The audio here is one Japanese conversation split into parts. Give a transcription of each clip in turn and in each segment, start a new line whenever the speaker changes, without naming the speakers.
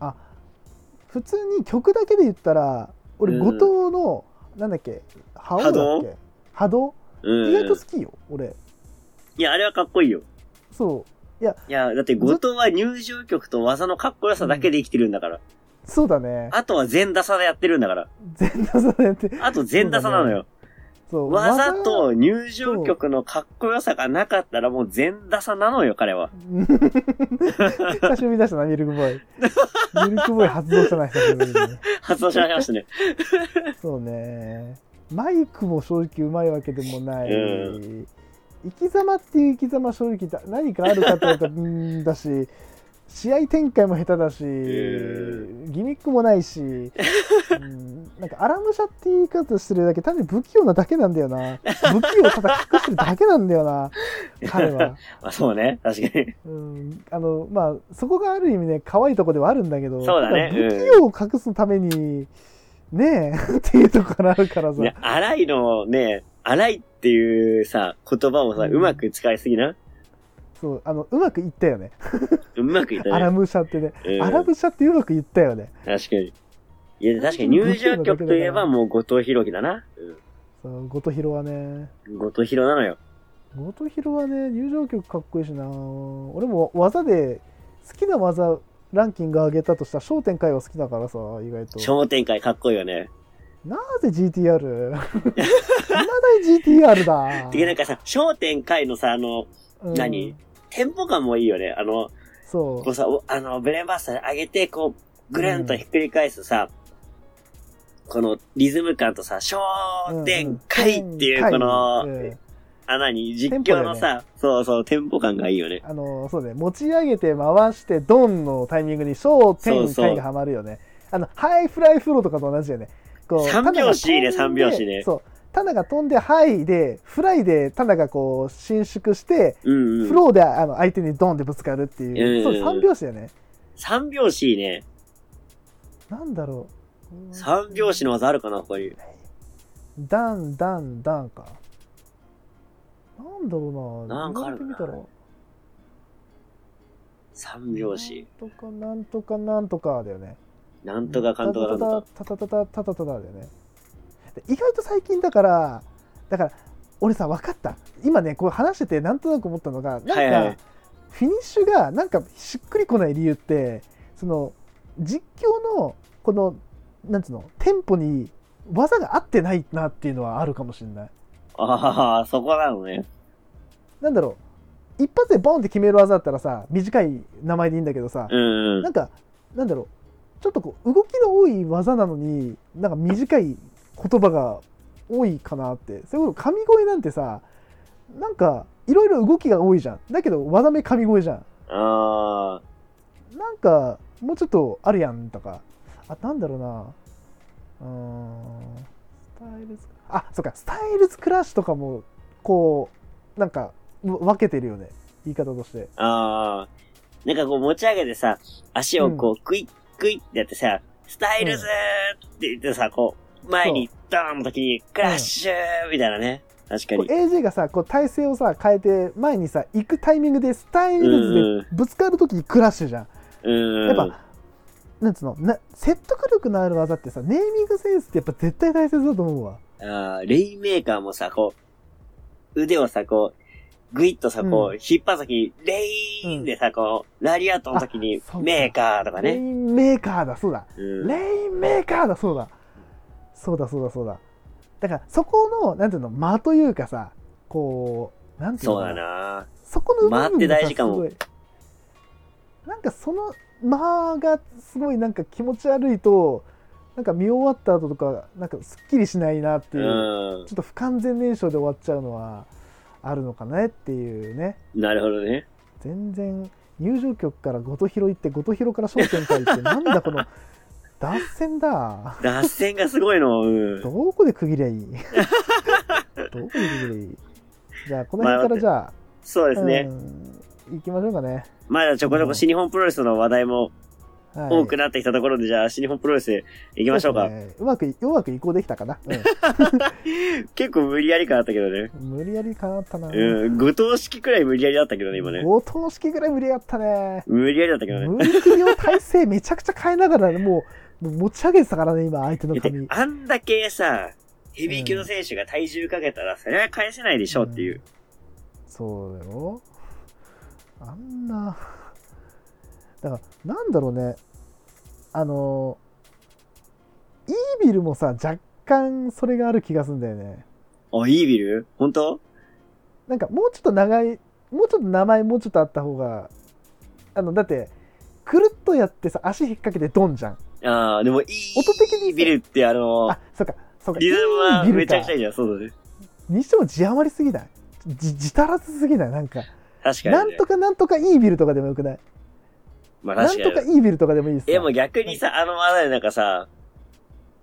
あ普通に曲だけで言ったら俺
うん
後藤の、なんだっけ波動だっけ波動
うん。
意外と好きよ俺
いや、あれはかっこいいよ。
そう
いや、だって後藤は入場曲と技のかっこよさだけで生きてるんだから。
そうだね
あとは全打差でやってるんだから。
全打されて
あと全打差なのよ。
そう
技と入場曲のかっこよさがなかったらもう全打差なのよ、彼は。
うん 久しぶりに出したなミルクボーイミルクボーイ発動したな久しぶりに
発動しまし たね。
そうねマイクも正直うまいわけでもない、
う
生き様っていう生き様正直だ何かあるかというとうーんだし試合展開も下手だし、
う
ギミックもないし、うんなんかアラムシャっていう言い方してるだけ単に不器用なだけなんだよな不器用をただ隠してるだけなんだよな彼は、
まあそうね。確かに。
うん、あのまあそこがある意味ね可愛いとこではあるんだけど
そうだね
た不器用を隠すためにねえっていうところあるからさ、
ね、荒いのね、荒いっていうさ、言葉をさ、
うん
うまく使いすぎな。
そうあのうまくいったよね
うまくいったね。
アラムシャってね、
うん
アラムシャってうまくいったよね
確かに。いや、確かに入場曲といえばもう後藤弘樹だな。
そう後藤弘はね
うん。後藤弘なのよ。
後藤弘はね入場曲かっこいいしな俺も技で好きな技ランキング上げたとしたら商店会は好きだからさ意外と
商店会かっこいいよね。
なぜ GTR? なぜ GTR だ
で、なんかさ、商店会のさ、あの、
うん
何テンポ感もいいよね。あの、
そ
こうさ、おあの、ブレーンバースター上げて、こう、ぐるんとひっくり返すさ、このリズム感とさ、商
ううん
店会っていう、この、
うん
穴に実
テンポだ
況
よね
のさ、そうそう、テンポ感がいいよね。
あのそうね持ち上げて回してドンのタイミングに小
そう
天
そう
回がはまるよねあのハイフライフローとかと同じよねこ
三拍子ね
タナが飛んで
三拍子ね
そうタナが飛んでハイでフライでタナがこう伸縮して
うん
フ
うん。
ローであの相手にドンでぶつかるっていう、
うん
そう三拍子だよね
三拍子いいね。
なんだろう
三拍子の技あるかな、こういう。
ダンダンダンかなんだろうな
なんかある
言
な
われてみたら
三拍子。
なんとかなんとかなんとかだよね
なんとかかんとかかんとか。
タタタタタタタタだよねで意外と最近だからだから俺さ分かった今ねこう話しててなんとなく思ったのがなんか、
はいはい
フィニッシュがなんかしっくりこない理由ってその実況のこのなんつうのテンポに技が合ってないなっていうのはあるかもしれない
ああ、そこなのね。
なんだろう一発でボンって決める技だったらさ短い名前でいいんだけどさ、
うんうん
な。んか、なんだろう、ちょっとこう動きの多い技なのに、なんか短い言葉が多いかなって、それこそ神声なんてさ、なんかいろいろ動きが多いじゃん。だけど、技目神声じゃん。
ああ、
なんか、もうちょっとあるやんとか、あ、なんだろうな、うーん、スタイルズ、あ、そっか、スタイルズクラッシュとかも、こう、なんか、わ分けてるよね、言い方として。
ああ。なんかこう持ち上げてさ、足をこう、クイックイってやってさ、スタイルズーって言ってさ、こう、前にドーンの時にクラッシューみたいなね。確か
こ
に
う。AJ がさこう体勢をさ変えて前にさ行くタイミングでスタイルズでぶつかるときにクラッシュじゃん、
うん。
やっぱなんつうのな説得力のある技ってさネーミングセンスってやっぱ絶対大切だと思うわ
ああ、レインメーカーもさ、こう、腕をさ、こう、グイッとさ、こ
う
う、
ん
引っ張るときに、レインでさ、こう、ラリアートの時に
あそう、か
メーカーとか
レイ
ね。
ンメーカーだそうだ
うん
レインメーカーだそうだそうだそうだそうだだからそこのなんていうの間というかさこうなんていうの
そう
かな
だな
そこの
間って大事かも
すごいなんかその間がすごいなんか気持ち悪いとなんか見終わった後とかなんかすっきりしないなって
う
いう、
ん。
ちょっと不完全燃焼で終わっちゃうのはあるのかねっていうね
なるほどね。
全然入場曲から後藤広行って後藤広から商店会行ってなんだこ の脱線だ
脱線がすごいの。うん。
どこで区切りゃ いいどこで区切りゃいいじゃあこの辺からじゃあ、
そうですね。
うん行きましょうかね
まだちょこちょこ新日本プロレスの話題も
はい
多くなってきたところで、じゃあ、新日本プロレスへ行きましょうか。
そうですねうまくい、うまく移行できたかな。
結構無理やり感あったけどね。
うん無理やりかなったな。
うん、五等式くらい無理やりだったけどね、今ね。
五等式ぐらい無理やったね。
無理やりだったけどね。
無理くりを体勢めちゃくちゃ変えながら、ね、もう、もう持ち上げてたからね、今、相手の
だって
髪。
あんだけさ、ヘビー級の選手が体重かけたら、それは返せないでしょっていう。
そうだよ。あんな。だから、なんだろうね。あの、イービルもさ、若干それがある気がするんだよね。
あ、イービル本当
なんかもうちょっと長い、もうちょっと名前もうちょっとあった方が、あの、だって、くるっとやってさ、足引っ掛けてドンじゃん。
ああ、でも、イ
音的に
ービルってあの
あ、、そっか、そっか、
リズム
イ
は
ービ
め
ル
ち
か
ゃくちゃいいじゃん。そうだね。
にしても字余りすぎないじ、じたらずすぎないなんか、
確かに、ね。
なんとかなんとかイービルとかでもよくない
まあ
なん
確
と
か
か
に。
イービルとかでもいいです
え、もう逆にさ、あの話題なんかさ、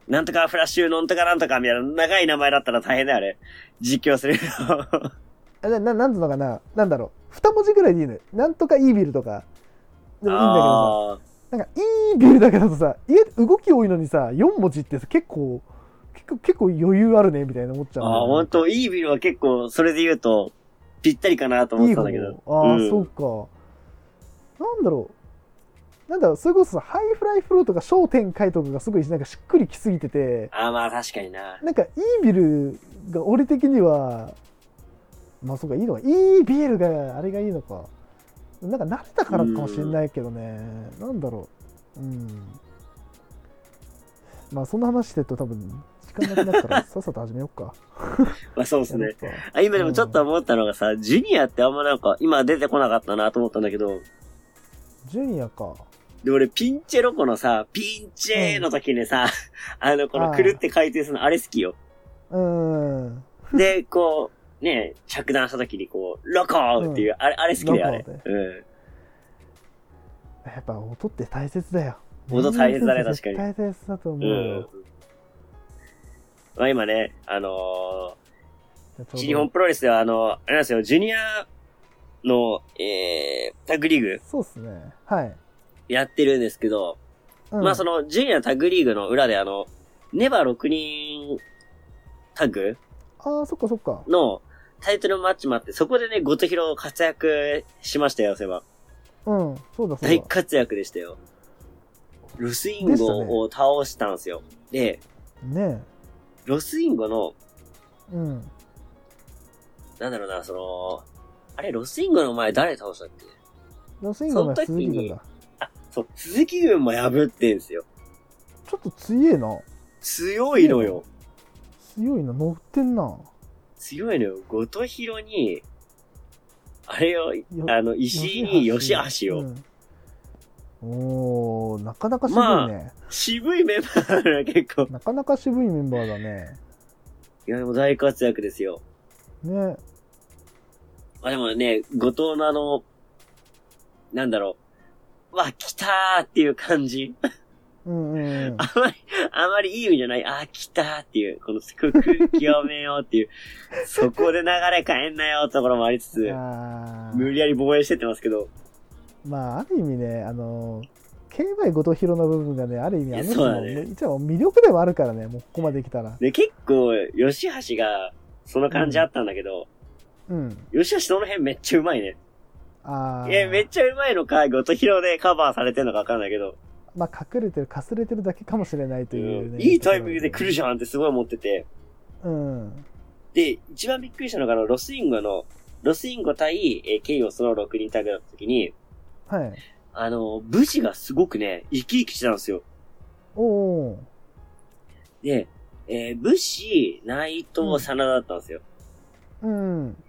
なんとかフラッシュ、なんとかなんとかみたいな長い名前だったら大変だよ、あれ。実況するの。
な、ななんつうのかななんだろう。二文字ぐらいでいいのよ。なんとかイービルとか。でもいいんだけど
あー
さ。なんか、イービルだけだとさ、家、動き多いのにさ、四文字ってさ、結構、結構、結構余裕あるね、みたいな思っちゃう
ああ、ほんと、イービルは結構、それで言うと、ぴったりかなと思っ
い
て
い
た
方
んだけど。
ああ、
うん
そうか。なんだろう。なんだろう、それこそさ、ハイフライフローとか焦点回とかがすごい、なんかしっくりきすぎてて、
ああ、まあ確かにな。
なんか、イービルが俺的には、まあそうか、いいのか。イービルが、あれがいいのか。なんか慣れたからかもしれないけどね。なんだろう。うん。まあそんな話してると多分、時間なくなった らさっさと始めようか。
まあそうです
や
ね
ろ。うか
あ、今でもちょっと思ったのがさ、ジュニアってあんまなんか、今出てこなかったなと思ったんだけど、
ジュニアか。
で、俺、ピンチェロコのさ、ピンチェーの時にさ、あの、この
あー
くるって回転するの、あれ好きよ。
うん。
で、こう、ね、着弾した時にこう、ロコーっていう、あれ、あれ好きだよ、あれ
ロコーね。
うん。
やっぱ音って大切だよ。
音大切だね確かに
絶対大切だと思
う
う。
ん。まあ今ね、あの
じゃあ
ー、
ちょうど
新日本プロレスではあの、あれなんですよ、ジュニアの、えー、タッグリーグ
そうっすね。はい。
やってるんですけど、
うん
まあその、ジュニアのタッグリーグの裏であの、ネバー6人タッグ
ああ、そっかそっか。
のタイトルマッチもあって、そこでね、ゴトヒロ活躍しましたよ、そういえば。
うん。そうだそう
大
だ。
活躍でしたよ。ロスインゴを倒したんですよ。で、
ね
ロスインゴの、
え。うん。
なんだろうな、その、あれ、ロスインゴの前誰倒したっけ
ロスインゴの
その時
鈴木
に
君だ。
あ、そう、鈴木軍も破ってんすよ。
ちょっと強えな。
強いのよ。
強いな。乗ってんな。
強いのよ。ゴトヒロに、あれよ、あの、石井に
吉
吉
橋
橋を。
うんおー、なかなか渋いね。
ま渋いメンバーだな、結構。
なかなか渋いメンバーだね。
いや、でも大活躍ですよ。
ね
あ、でもね、後藤のあの、なんだろう。わ、来たーっていう感じ。
うんうん。
あまり、あまりいい意味じゃない。あ、来たーっていう、この空気読めようって いう、そこで流れ変えんなよってところもありつつ、
あー
無理やり防衛してってますけど、
まあ、ある意味ね、あの、KY 後藤弘の部分がね、ある意味、あの人
そうだ
の、
ね
一応魅力ではあるからね、もうここまで来たら。
で、結構、吉橋が、その感じあったんだけど、
うん。
吉橋その辺めっちゃうまいね。
ああ。
え、めっちゃうまいのか、後藤広でカバーされてんのかわかんないけど、
まあ、隠れてる、かすれてるだけかもしれないという、ね
うんいいタイミングで来るじゃんってすごい思ってて、
うん。
で、一番びっくりしたのが、あの、ロスインゴの、ロスインゴ対、えー、ケイオスの6人タッグだった時に、
はい。
あの、武士がすごくね、生き生きしてたんですよ。
おお
で、えー武士、内藤、真田だったんですよ。
ー。うん。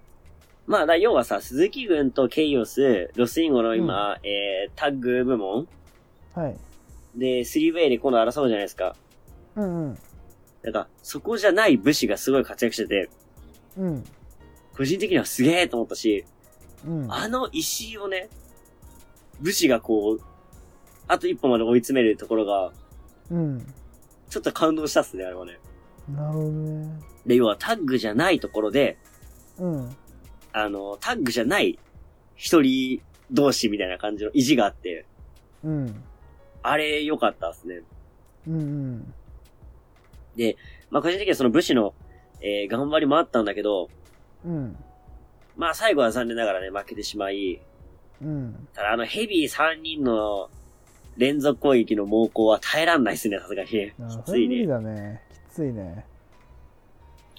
まあ、だ要はさ、鈴木軍とケイオス、ロスインゴの今、えータッグ部門
はい。
で、スリーウェイで今度争うじゃないですか。
うんうん。
なんか、そこじゃない武士がすごい活躍してて、
うん。
個人的にはすげえと思ったし、
うん。
あの石井をね、武士がこう、あと一歩まで追い詰めるところが、
うん。
ちょっと感動したっすね、あれはね。
なるほどね。
で、要はタッグじゃないところで、
うん。
あの、タッグじゃない一人同士みたいな感じの意地があって、
うん。
あれ良かったですね。
うん
まあ、個人的にはその武士の、えー頑張りもあったんだけど、
うんうん
まあ、最後は残念ながらね、負けてしまい、
うん
ただあのヘビー3人の連続攻撃の猛攻は耐えらんないですね、さすがにね
あ。ー
き
そ
つ
れ
い
無理
ね。
だねきついね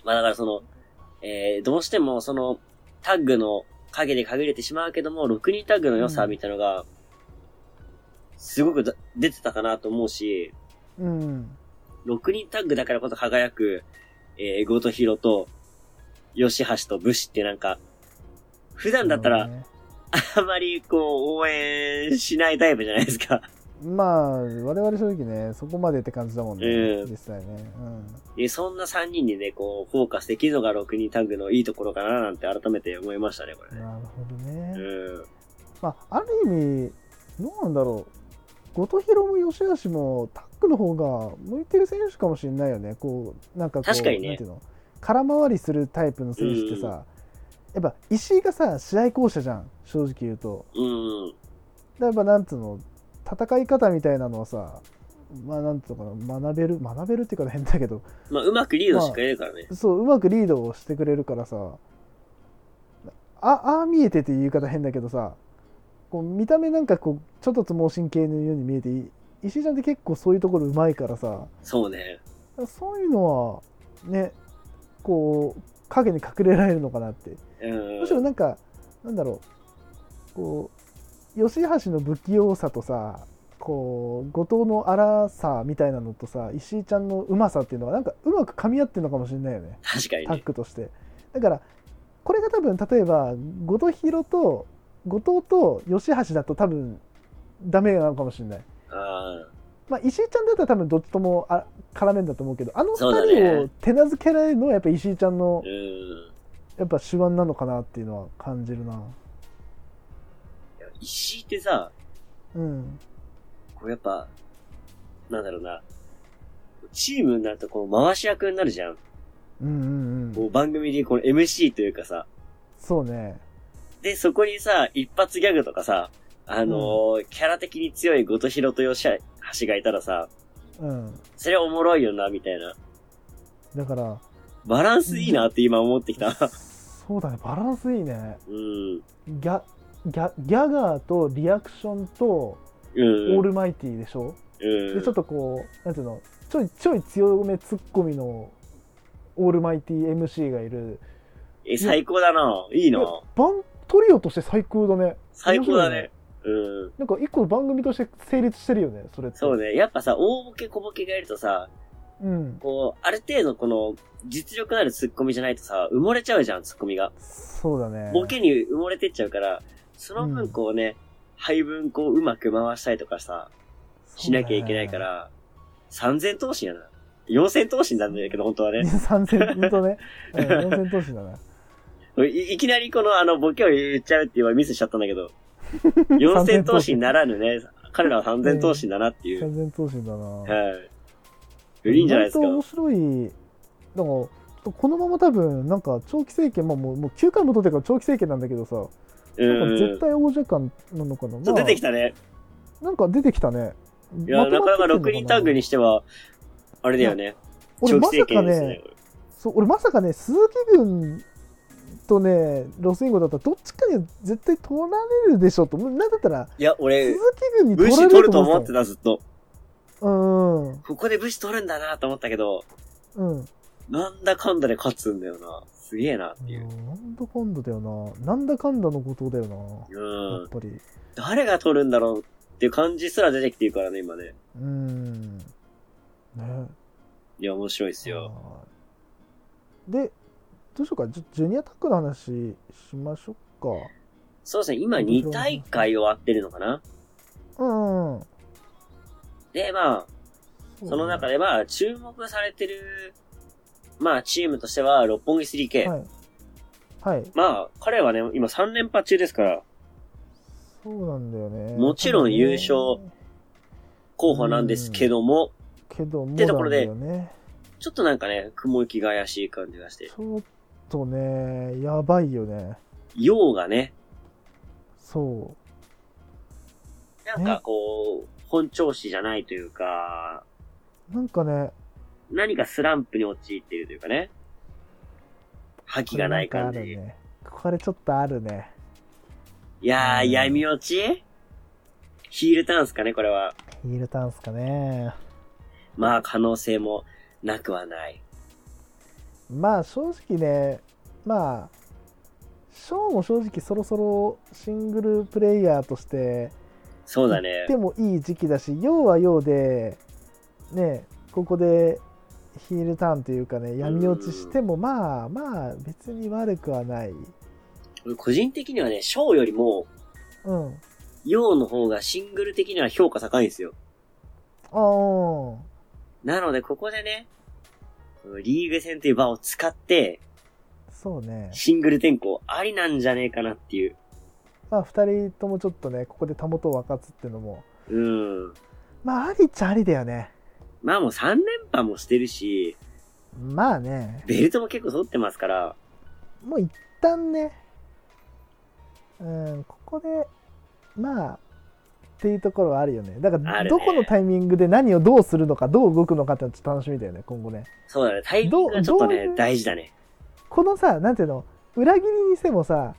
まあ、だからその、えーどうしてもその、タッグの影で限れてしまうけども、6人タッグの良さみたいなのが、すごくだ出てたかなと思うし、
うん
6人タッグだからこそ輝く、えー、ゴトヒロと、吉橋と武士ってなんか、普段だった
そう
ら、
ね
あまりこう、応援しないタイプじゃないですか。
まあ我々正直ねそこまでって感じだもんね、
うん
実際ね
でそんな3人にね、こう、フォーカスできるのが6人タッグのいいところかななんて改めて思いましたね、こ
う
れ
ん
ね。
なるほどね、
うん。
まあある意味どうなんだろう後藤弘も吉橋もタックの方が向いてる選手かもしれないよねこうなんかこう
確かにね
なんていうの空回りするタイプの選手ってさ、やっぱ石井がさ試合巧者じゃん正直言うと
うん。
だからやっぱなんつうの戦い方みたいなのはさまあなんつうのかな学べる学べるっていうか変だけど
まあ、うまくリードしてくれるからね。
そううまくリードをしてくれるからさあああ見えてっていう言い方変だけどさこう見た目なんかこうちょっと相撲神経のように見えてい石井ちゃんって結構そういうところうまいからさ
そうね。
そういうのはねこう影に隠れられるのかなって
うん。
むしろなんかなんだろうこう吉橋の不器用さとさこう後藤の荒さみたいなのとさ石井ちゃんのうまさっていうのがなんかうまく噛み合ってるのかもしれないよね。
確かに
タッ
ね。
グとしてだからこれが多分例えば後藤弘と後藤と吉橋だと多分ダメなのかもしれない、
あ
まあ、石井ちゃんだったら多分どっちともあ絡めんだと思うけどあの
そうだね
2人を手なずけられるのはやっぱ石井ちゃんの
ーうん。
やっぱ手腕なのかなっていうのは感じるな
石井ってさ、
うん
こうやっぱ、なんだろうな。チームになるとこう回し役になるじゃん。
うんうんう
こ
ん
う番組でこの MC というかさ。
そうね
で、そこにさ、一発ギャグとかさ、あのーキャラ的に強い後藤弘と吉橋がいたらさ、
うん
それおもろいよな、みたいな。
だから
バランスいいなって今思ってきた。
そうだねバランスいいね
うん。
ギャギャギャガーとリアクションとオ
う
ー
ん。
ルマイティでしょ、
う
で
ん
ちょっ。とこうなんていうのちょいちょい強めツッコミのオールマイティ MC がいる
え、最高だな。いいな。
バントリオとして最高だね
最高
面白
だ
い
ね。うん。
なんか一個番組として成立してるよねそれって
そう
ね
ね。やっぱさ、大ボケ小ボケがいるとさ、
うん
こう、ある程度この、実力のあるツッコミじゃないとさ、埋もれちゃうじゃん、ツッコミが。
そうだね
ボケに埋もれてっちゃうから、その
う
分
ん
こうね、配分こううまく回したりとかさ、しなきゃいけないから、三千頭身やな。四千頭身なんだけど、本当は
そうだ
ね。
ね三戦ほんと ねうん四戦投手だね
いいきなりこのあの、ボケを言っちゃうっていうのはミスしちゃったんだ けど、四千頭身ならぬね、彼らは三千頭身だなっていう。
三戦投手だな
はい。いいんじゃないですか
意。外と面白いなんかちょっとこのまま多分なんか長期政権、まあ、もうもう9回も取ってから長期政権なんだけどさ、なんか
う
絶
ん。
対王者感なのかな、
そう
まあ
出てきたね。
なんか出てきたね。
いや、なかなか
まとまって
六
きてんの
人タッグにしては、あれだよね。
俺まさ
政
か
権で
ね
すね。
そう、俺まさかね、鈴木軍とね、ロスインゴだったら、どっちかに絶対取られるでしょと。なんだったら、
いや、俺
鈴、木軍に
武
取ら
士
れ
取
る
ると
と
思
思っ
っ
てて
た、ずっと。
たの。うん。
ここで武士取るんだなと思ったけど、
うん。
なんだかんだで勝つんだよな。すげえなっていう。
なんだかんだだよな。なんだかんだの後藤だよな。
う
やっ
ん。
ぱり。
誰が取るんだろうっていう感じすら出てきてるからね、今ね。
うん。ね。
いや、面白いっすよ。
はいで、どうしようか。ジュジュニアタックの話しましょうか。
そうですね、今2大会終わってるのかな
うん、うん。
で、まあ、その中
で、
でまあ、注目されてる、まあ、チームとしては、六本木 3K。
はい。はい。
まあ、彼はね、今3連覇中ですから、
そうなんだよね。
もちろん優勝候補なんですけども、
けども、
てところで
なんだよね、
ちょっとなんかね、雲行きが怪しい感じがして
ち、ょっとね、やばいよね。
陽がね、
そ
なんかこう、本調子じゃないというか、
なんかね、
何かスランプに陥っているというかね。覇気がない感じ。
これんかあるね。これちょっとあるね。
いやー、
うん
闇落ちヒールターンっすかね、これは。
ヒールターンすかね。
まあ、可能性もなくはない。
まあ正直ね、まあ、ショーも正直そろそろシングルプレイヤーとして
そうだね。
でもいい時期だし、要は要で、ね、ここでヒールターンというかね、闇落ちしてもまあまあ別に悪くはない。
俺個人的にはね、ショーよりも、
うん。
ヨウの方がシングル的には評価高いんですよ。
ああ。
なので、ここでね、リーグ戦という場を使って、
そうね。
シングル転向ありなんじゃねえかなっていう。
まあ2人ともちょっとね、ここでたもとを分かつっていうのも、
うん。
まあありっちゃありだよね。
まあもう3連覇もしてるし、
まあね、
ベルトも結構取ってますから、
もう一旦ね、うん、ここで、まあ、っていうところはあるよね。だか
あ
ら、
るね
どこのタイミングで何をどうするのか、どう動くのかってのはちょっと楽しみだよね、今後ね。
そうだね。タイミングがちょっ
ど
と
う
ね
ど、う
大事だね。
このさ、なんていうの、裏切りにしてもさ、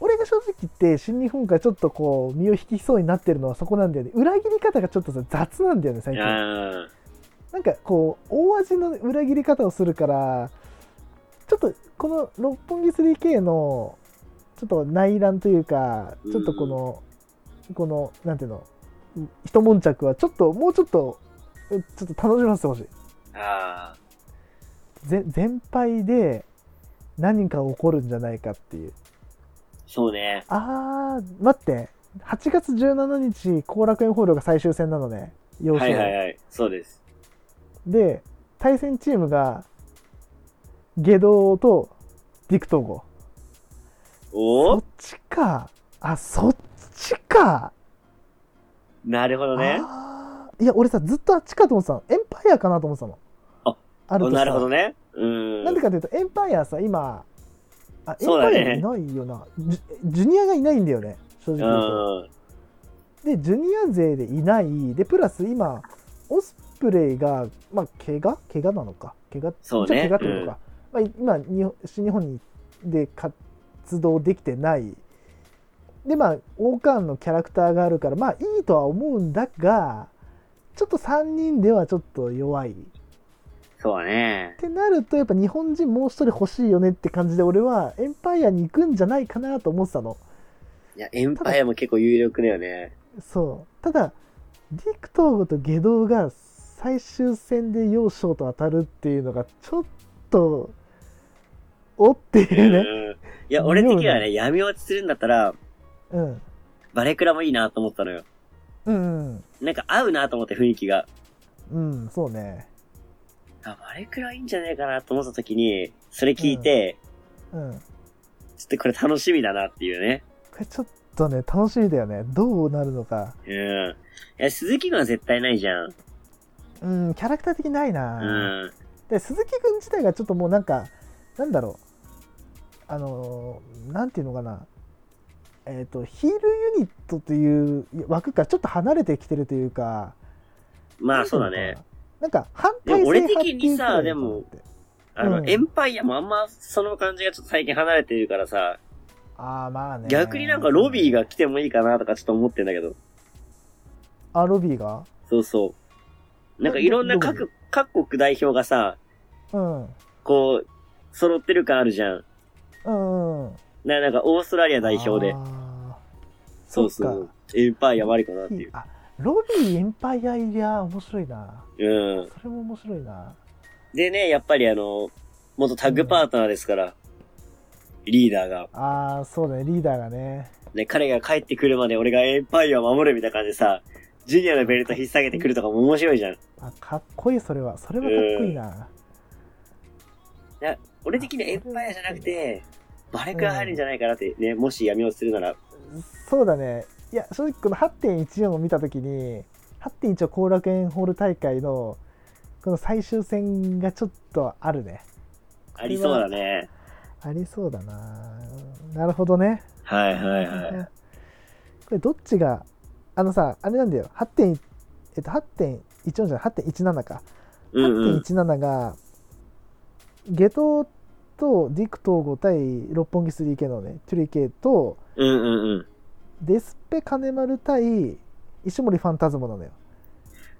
俺が正直言って、新日本がちょっとこう、身を引きそうになってるのはそこなんだよね。裏切り方がちょっとさ、雑なんだよね、
う
最近。
ん。
なんかこう大味の裏切り方をするからちょっとこの六本木 3K のちょっと内乱というかちょっとこの、このなんていうのう一悶着はちょっともうちょっとうちょっと楽しませてほしい
ああ。
ぜ全敗で何か起こるんじゃないかっていう
そうね。
あー待って8月17日後楽園ホールが最終戦なのね要
は
所
いはいはい。そうです。
で対戦チームが下道とディクトゴ
お
そ
お
っちかあそっちか
なるほどね。
あーいや俺さずっとあっちかと思ってたのエンパイアかなと思ってたの
あ
あ
お
としたら
なるほどね。うん。
なんでかというとエンパイアさ今あエン
そうだ
パ
ね
イアいないよな、ジュジュニアがいないんだよね正直言うと
うん。
でジュニア勢でいないでプラス今オスプレイがまあ怪我怪我なのか怪我
そう
じゃあ
ね
怪。我ってことか、まあ、今日本新日本にで活動できてないでまあ王冠のキャラクターがあるからまあいいとは思うんだがちょっと3人ではちょっと弱いっ
うんそうだね。
てなるとやっぱ日本人もう一人欲しいよねって感じで俺はエンパイアに行くんじゃないかなと思ってたの
いや、エンパイアも結構有力だよね。
そうただディクトーゴとゲドウが最終戦で幼少と当たるっていうのがちょっとおっていうね
うんいや、俺的には
妙
ね、闇落ちするんだったら、
うん
バレクラもいいなと思ったのよ。
うんうん
なんか合うなと思って雰囲気が。
うん、そうね。
あ、バレクラいいんじゃないかなと思った時に、それ聞いて、
うん。こ
ちょっとこれ楽しみだなっていうね。
れちょっとね、楽しみだよね。どうなるのか。
うん。いや、鈴木軍は絶対ないじゃん。
うん、キャラクター的ないな、
うん。
で、鈴木くん自体がちょっともうなんか、なんだろう。あのーなんていうのかな。えっ、と、ヒールユニットという枠からちょっと離れてきてるというか。
ま
な
あ、
んて
そ
いうう
だ
のかな
ね。。
なんか、反対性
でも
派って
俺的にさ
いうのかなって
あの、
うん
エンパイアもあんまその感じがちょっと最近離れてるからさ、
あーまあね。
逆になんかロビーが。来てもいいかなとかちょっと思ってんだけど。
あ、ロビーが
そうそう。なんかいろんな
ど
各、各国代表がさ、
うん。う
こう、揃ってる感あるじゃん。
んうん。
な、なんかオーストラリア代表で
あ。ー。
そうそ
そっ
う。エンパイア悪いかなっていう。
あロビーエンパイア入りゃ面白いな
うん。
それも面白いな
でね、やっぱりあの、元タッグパートナーですから、リーダーが。
あーそうだねリーダーがね
ね、彼が帰ってくるまで俺がエンパイアを守るみたいな感じでさ、ジュニアのベルト引っ提げてくるとかも面白いじゃん。
あかっこいいそれはそれはかっこいいな、
俺的にはエンパイアじゃなくて、バレクが入るんじゃないかなってね、もし闇をするなら。
そうだねいや正直この8.14を見た時に8.1を後楽園ホール大会のこの最終戦がちょっとあるね
ありそうだね。
ありそうだななるほどね
はいはいはい。
これどっちがあのさ、あれなんだよ。8.1、えっと、8.14じゃない、8.17か。
うんうん。
8.17が、下等とディクト5対六本木 3K のね、トゥリケと、
うんうんうん。
デスペ金丸対石森ファンタズモなのよ。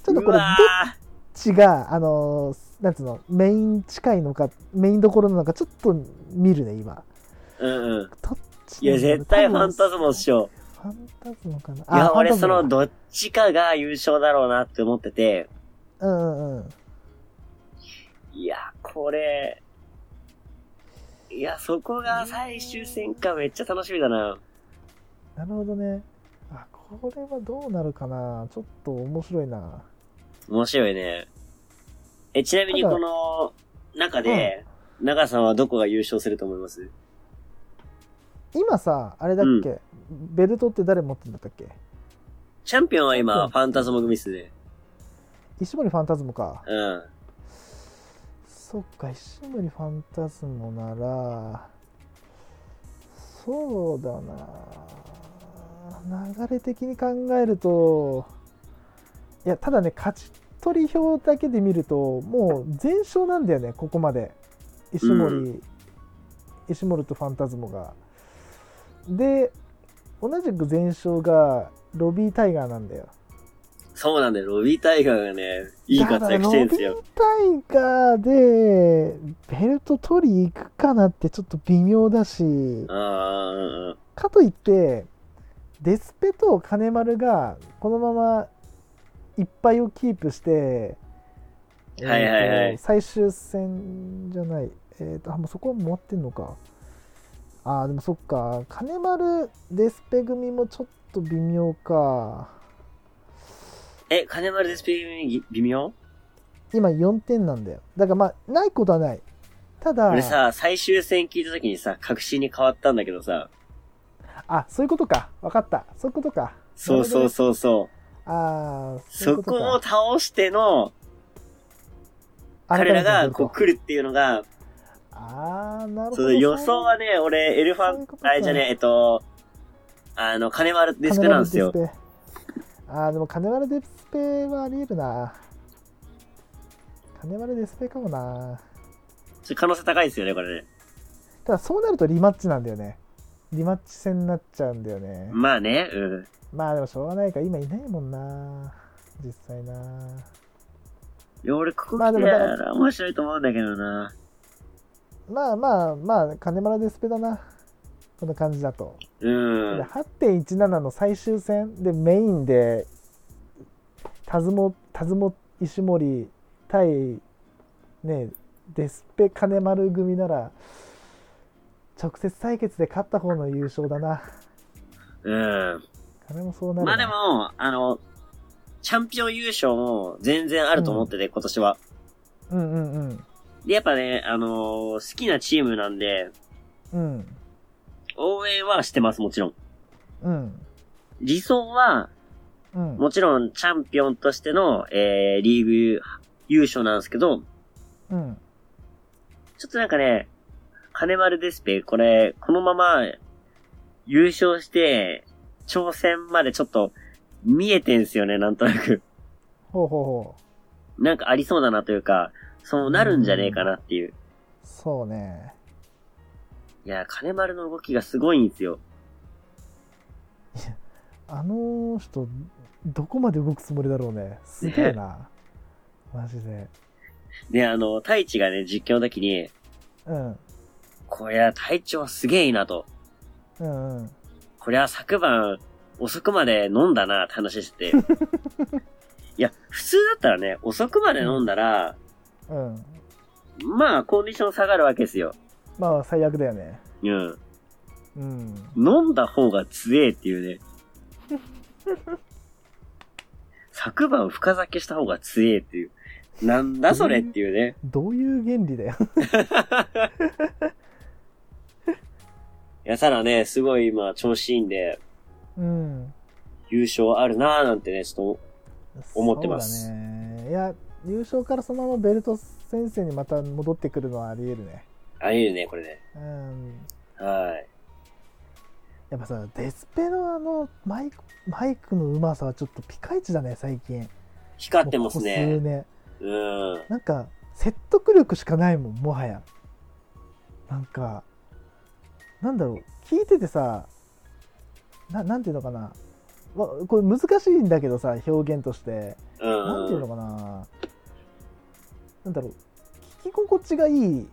ちょっとこれ、どっ
うわ
ちが、あのー、なんつうの、メイン近いのか、メインどころなのか、ちょっと見るね、今。
ーうんうん。
どっち
いや、
なんだろう
絶対ファンタズモっしょ。
ファンタズモかな。
い
あ
や、
ファンタ
俺
ズ
そ
モ
のどっちかが優勝だろうなって思ってて、
うんうんうん。
いや、これ、いや、そこが最終戦か、めっちゃ楽しみだな。
なるほどね。あ、これはどうなるかな。ちょっと面白いな。
面白いね。え、ちなみに
ただ
この中で、長さんはどこが優勝すると思います
今さ、あれだっけ、ベルトって誰持ってんだったっけ
チャンピオンは
ちょ
今、
っ
フ
と
ァンタズモ組ですね。
石森ファンタズムか。
うん。
そっか、石森ファンタズムなら、そうだな。流れ的に考えると、いや、ただね、勝ち取り表だけで見ると、もう全勝なんだよね、ここまで。石森、
う
石森とファンタズモが。で、同じく全勝がロビー・タイガーなんだよ。
そうなんだよ、ロビータイガーがね、いい活躍してるんですよ。
だからロビータイガーでベルト取り行くかなってちょっと微妙だし
あ、あ、うんうん。
かといって、デスペと金丸がこのままいっぱいをキープして、
はいはいはい
えーと最終戦じゃない、えー、とあもうそこは回ってんのか。あーでもそっか、金丸、デスペ組もちょっと微妙か。
え、金丸デスペ組微妙
今4点なんだよ。だからまあ、ないことはない。ただ、
俺さ、最終戦聞いた時にさ、確信に変わったんだけどさ、
あそういうことか分かったそういうことか
そうそうそうそう。
ああ
そこを倒しての、彼らがこう来るっていうのが、
ああなるほ
そ
ど
の予想はね、俺、エルフ
そ
ァ
ういう
ン
こと、か
あれじゃね、えっと、あの、金丸デスペなんですよ。
金丸デスペああでも金丸デスペはありえるな金丸デスペかもな
ちょ可能性高いですよね、これね。
ただそうなるとリマッチなんだよねリマッチ戦になっちゃうんだよね
まあね、うん。
まあでもしょうがないか今いないもんな実際ない
や、俺、ここ
まあ
来
でもだか
た
ら
ら面白いと思うんだけどな。
まあまあまあ金丸デスペだなこの感じだと
うん。
8.17の最終戦でメインで田相撲石森対ねデスペ金丸組なら直接対決で勝った方の優勝だな
うん。
金もそうなる
ま
な
あでも、あの、チャンピオン優勝も全然あると思ってて、今年は。
うんうんうん
で、やっぱね、あのー好きなチームなんで、
うん
応援はしてます、もちろん。
うん
理想は、
うん
もちろんチャンピオンとしての、えー、リーグ優勝なんですけど、
うん
ちょっとなんかね、金丸デスペ、これ、このまま、優勝して、挑戦までちょっと、見えてんすよね、なんとなく。
ほうほうほう
なんかありそうだなというか、そうなるんじゃねえかなっていう。
そうね
いや、金丸の動きがすごいんですよ。
あの人どこまで動くつもりだろうねすげえなマジで
で、あの、太一がね、実況の時に、
うん
こりゃ、隊長はすげえいいなと。
うんうん
こりゃ、昨晩、遅くまで飲んだな、って話してて。 いや、普通だったらね、遅くまで飲んだら、
うん
まあ、コンディション下がるわけですよ。
まあ最悪だよね。
うん。
うん。
飲んだ方が強えっ ていうね。昨晩深酒した方が強えっていう。なんだそれっていうね。
どういう原理だよ。
いや、ただね、すごい今、調子いいんで、
うん。
優勝あるなーなんてね、ちょっ思ってま
そ
す
うだね。いや、優勝からそのままベルト先生にまた戻ってくるのはあり得るね。
と、ありえるね、これね。
うん。
はい。
やっぱさデスペのあのマイクマイクのうまさはちょっとピカイチだね最近
光ってます
もうここ
ね
数。年
うん。
なんか説得力しかないもんもはやなんかなんだろう聞いててさななんていうのかなわこれ難しいんだけどさ表現として
うん。
なんていうのかななんだろう聞き心地がいい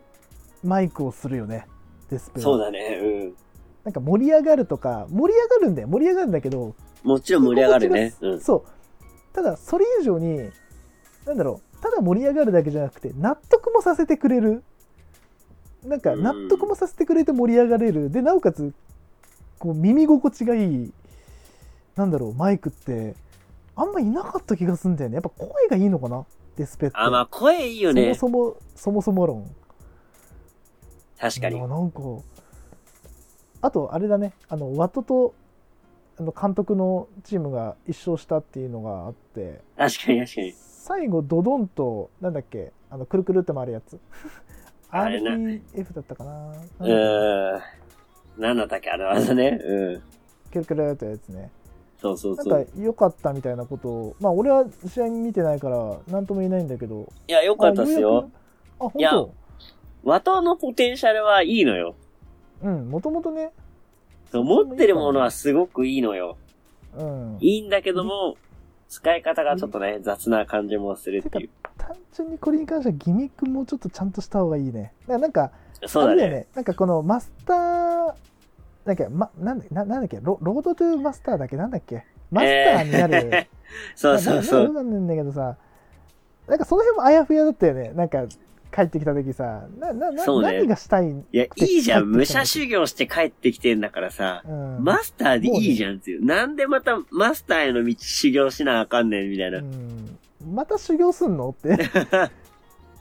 マイクをするよねデスペは
そうだね。うん。
なんか盛り上がるとか盛り上がるんだよ盛り上がるんだけど
もちろん盛り上がるね。
心地
う
が
ん。
そうただそれ以上になんだろうただ盛り上がるだけじゃなくて納得もさせてくれるなんか
うん
納得もさせてくれて盛り上がれるでなおかつこう耳心地がいいなんだろうマイクってあんまいなかった気がするんだよねやっぱ声がいいのかなデスペって
あ、まあ声いいよね。
そもそもそもそも論
確かに
あ。なんかあとあれだねあのワトとあの監督のチームが一勝したっていうのがあって
確かに確かに。
最後ドドンとなんだっけあのくるくるって回るやつ
あれな
RPF だったかな
うーん。なんだったっけあれ技ね。うん。
くるくるってやつね
そうそう
なん
そ
か
う。
良かったみたいなことをまあ俺は試合見てないから何とも言えないんだけど
いや、よ
良
かったっすよ。
あ本
いや
当
和刀のポテンシャルはいいのよ。
うんもともとね
そう持ってるものはすごくいいのよ。
うん
いいんだけども、使い方がちょっとね、雑な感じもするってい
単純にこれに関してはギミックもちょっとちゃんとした方がいいねだからなんか
う。そうだ
あれだよ
ね。
ね。なんかこのマスター、なんか、ま、なんだななんだっけロ、ロードトゥーマスターだっけなんだっけマスターになる。
そうそうそ
なな
う。
なんだけどさ、なんかその辺もあやふやだったよね。なんか帰ってきた時さ、ななな
そうね
何がしたいん
いや、いいじゃん。
帰って
武
きた
者修行して帰ってきてんだからさ。
うん、
マスターでいいじゃんっていう。なんでまたマスターへの道修行しなあかんねんみたいな
う。ん、また修行すんの って。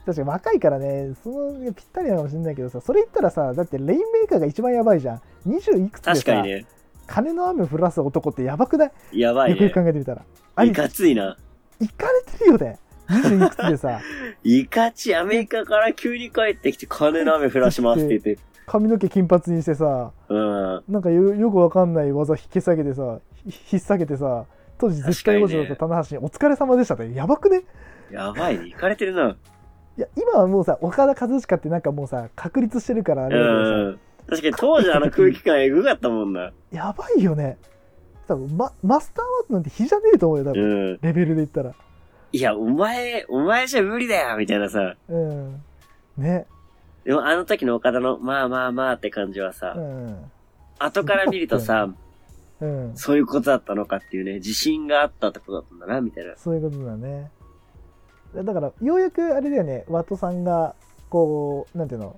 確かに若いからね、そのいやぴったりなのかもしれないけどさ、それ言ったらさ、だってレインメーカーが一番やばいじゃん。20いくつで
確か
さ、
にね。
金の雨降らす男ってやばくない、
やばい
よくよ
ね。
く考えてみたら。あ
い
り
かついな。
行かれてるよね。20いくつでさ、
いかち、アメリカから急に帰ってきて、金の雨降らしますって言って。
髪の毛金髪にしてさ、
うん。
なんかよよくわかんない技引き下げてさ、ひひっ下げてさ、当時絶対王者だった
確
棚橋にお疲れ様でしたって、やばくね
やばいね。いかれてるな。
いや、今はもうさ、岡田和親ってなんかもうさ、確立してるからあれだけどさ、
うん。確かに当時あの空気感エグかったもんな。
やばいよね。多分ママスターワークなんて比じゃねえと思うよ、多
う
分、
ん。
レベルで言ったら。
いや、お前、お前じゃ無理だよみたいなさ。
うん。ね。
でもあの時の岡田の、まあまあまあって感じは
う
さ、
ん。
後から見るとさ、
うん。
そういうことだったのかっていうね、自信があったってことだったんだな、みたいな。
そういうことだね。だだから、ようやくあれだよね、ワトさんが、こう、なんていうの、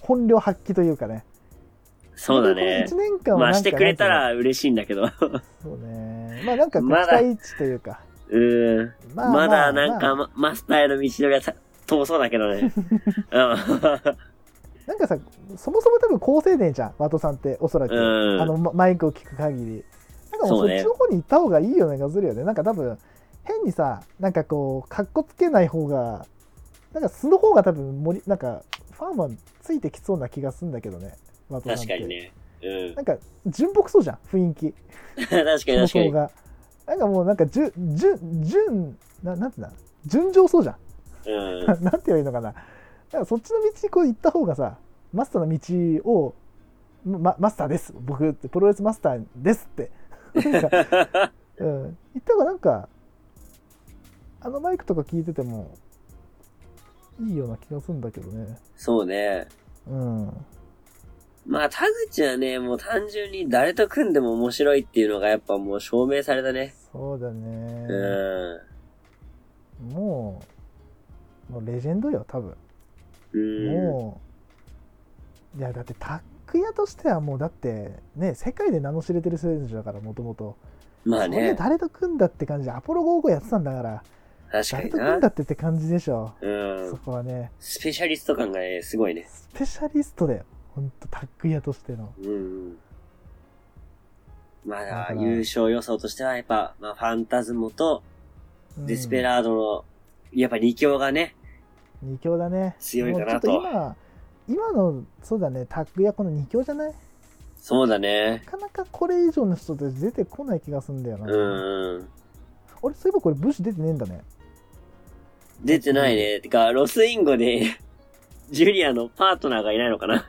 本領発揮というかね。
そうだね
こ。の1年間は
まあ
なんか
してくれた
なん
ら嬉しいんだけど。
ていうの。そうね。まあなんかこう、期
まだ
待値というか。
うん。
ま
まだなん
ま
か
あ
まマスターへの道のりはさ遠そうだけ どね。
なんかさ、そもそも多分高青年じゃん、ワトさんって、おそらく。
うん
あの、まマイクを聞く限り。なんかもうそ
そう
っ
ね
ちの方に行った方がいいような気がするよね。なんか多分、変にさ、なんかこう、かっこつけない方が、なんか素の方が多分盛り、なんか、ファンはついてきそうな気がするんだけどね、ワ
う
ト
ん。
さんっ
確
て。
かにね。うん。
なんか、純朴そうじゃん、雰囲気。
確かに
向
確か
こう
に。
が。なんかもうなんか純純純ななんていうんだ純情そうじゃん。
う ん。
なんて言えばいいのかな。だからそっちの道にこう行った方がさマスターの道を、ま、マスターです僕ってプロレスマスターですって、 うん、行った方がなんかあのマイクとか聞いててもいいような気がするんだけどね。
そうね。
うん。
まあ田口はね、もう単純に誰と組んでも面白いっていうのがやっぱもう証明されたね。
そうだね。
うん。
もうもうレジェンドよ多分。
うん。
もう、いや、だってタック屋としてはもう、だって、ね、世界で名の知れてる選手だから、もともと。
まあ
それで
ね。
誰と組んだって感じで、アポロ55やってたんだから、
確か
誰
に
と組。
なん
だってって感じでしょ。
う
そ
ん。
こはね、
スペシャリスト感がね、すごいね。
スペシャリストだよ。ほんと、タック屋としての。
うんうん。まあだ
だ
か
からら
優勝予想としてはやっぱ、まあファンタズモと
うん
デスペラードの、やっぱ2強がね、
二強だね。
強いかな
もうちょっと今、今の、そうだね、タック屋この二強じゃない
そうだね
な。かなかこれ以上の人たち出てこない気がするんだよな。
うんうん。
俺、そういえばこれ武士出てねえんだね。
出てないね。てか、ロスインゴで、ジュリアのパートナーがいないのかな。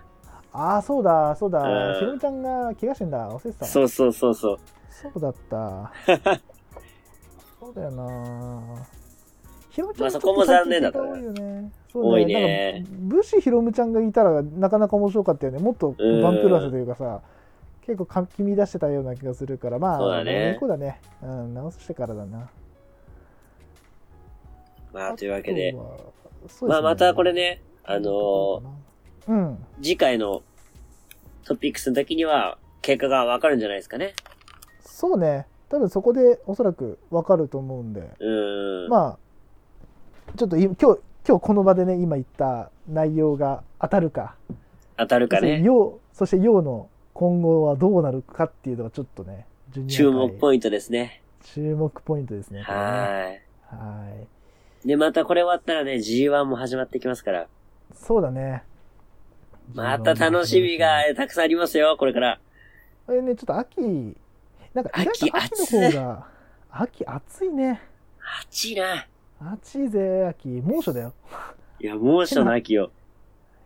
ああ、そうだ、そう
う
だ。
ん
ひろみちゃんが怪我してんだ。忘れてた。
そうそうそうそう。
そうだった。そうだよな。ひろむちゃん
まあそこも残念だったね
多いよね。
多いね
なんか武士ひろむちゃんがいたらなかなか面白かったよね。もっとバンプーラスというかさ、結構かき乱してたような気がするから、まあ、
そうだね
猫だね。うん、直してからだな。
まあ、というわけで
あ。とは、そうですね
まあ、またこれ、ね、あの
うん。
ー次回のトピックスの時には、結果がわかるんじゃないですかね。
そうね。多分そこでおそらくわかると思うんで。
うん。
まあちょっとい今日今日この場でね今言った内容が当たるか
当たるかね。
要そして陽の今後はどうなるかっていうのがちょっとねジュニア界
注目ポイントですね。
注目ポイントですねこれね
は
はい
い。で、またこれ終わったらね、G1 も始まってきますから。
そうだね
また楽しみがたくさんありますよ、これから。
これねちょっと秋なんか意外と秋
秋暑
の
い
方が秋暑いね
暑いな。
暑いぜ秋猛暑だよ
いや、猛暑の秋よ。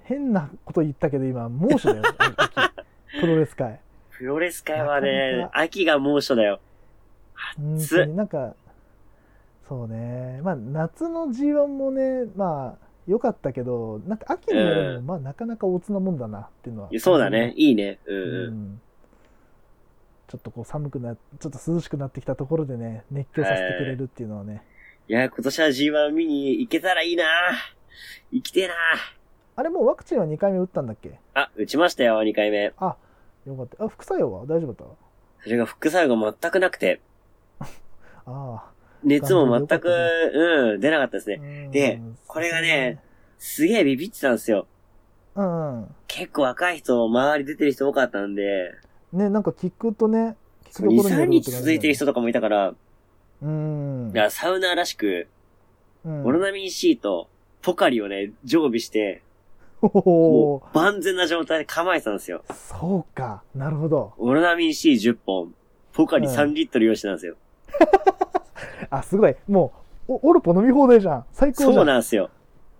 変なこと言ったけど今猛 暑だよ秋プロレス界
プロレス界は
なか
ね
な、か
秋が猛暑だよ。
本
暑
当になんかそうねまあ夏の G1 もねまあ良かったけどなんか秋のやるのも、
う
まあなかなかおつなもんだなっていうのは
そうだね。、いいね。うん
う
うん。
ん、ちょっとこう寒くなちょっと涼しくなってきたところでね熱狂させてくれるっていうのはね、
いや、今年は G1 見に行けたらいいな。行きてえな。
あれもうワクチンは2回目打ったんだっけ
あ、打ちましたよ、2回目。
あよかったあ副作用は大丈夫だっ
それが副作用が全くなくて、
たああ、
熱も全く、
頑
うん、出なかったですね。
うん
でこれがねすげえビビってたんですよ。
うんうん
結構若い人、周り出てる人多かったんで、
ねなんか聞くとね聞くところ
2、
による
3
って
日
感じだね
続いてる人とかもいたから、
うん
いやサウナーらしく、
うん
オロナミン C とポカリをね、常備して、
おお
もう万全な状態で構えてたんですよ。
そうか、なるほど。
オロナミン C10 本、ポカリ3リットル用意してたんですよ。
あ、すごい。もう、おオルポ飲み放題じゃん。最高じ
そ
ゃ。
うんなんですよ。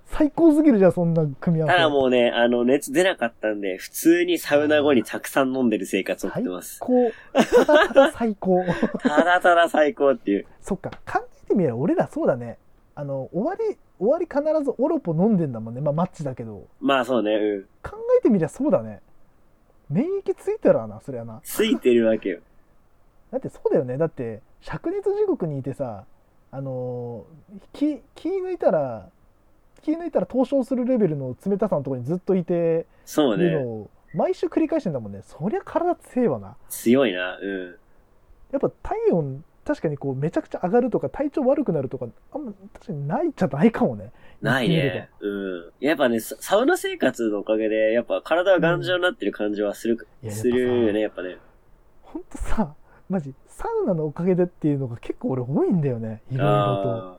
最高すぎるじゃん、そんな組み合わ
た
せ。
だもうね、あの、熱出なかったんで、普通にサウナ後にたくさん飲んでる生活を送ってます。
最高。ただただ最高。
ただただ最高っていう。
そっか、考えてみれば俺らそうだね。あの、終わり、終わり必ずオルポ飲んでんだもんね。まあ、マッチだけど。
まあそうね、うん。
考えてみりゃそうだね。免疫ついてるわな、そりゃな。
ついてるわ けよ。
だってそうだよね。だって、灼熱地獄にいてさ、あのー、気、気抜いたら、気抜いたら凍傷するレベルの冷たさのところにずっといて、
そう
いうの
ね。
を毎週繰り返してんだもんねそりゃ体強いわな
強いな、うん。
やっぱ体温確かにこうめちゃくちゃ上がるとか体調悪くなるとかあんま確かにないっちゃないかもね
ないね。うん。やっぱね、ササウナ生活のおかげで、やっぱ体が頑丈になってる感じはする、
いや
するよ
や
ね、やっぱね。
ほんとさマジサウナのおかげでっていうのが結構俺多いんだよねいろいろ
あ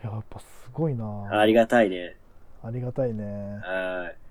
といややっぱすごいな
あー、ありがたいね。
ありがたいね
はい。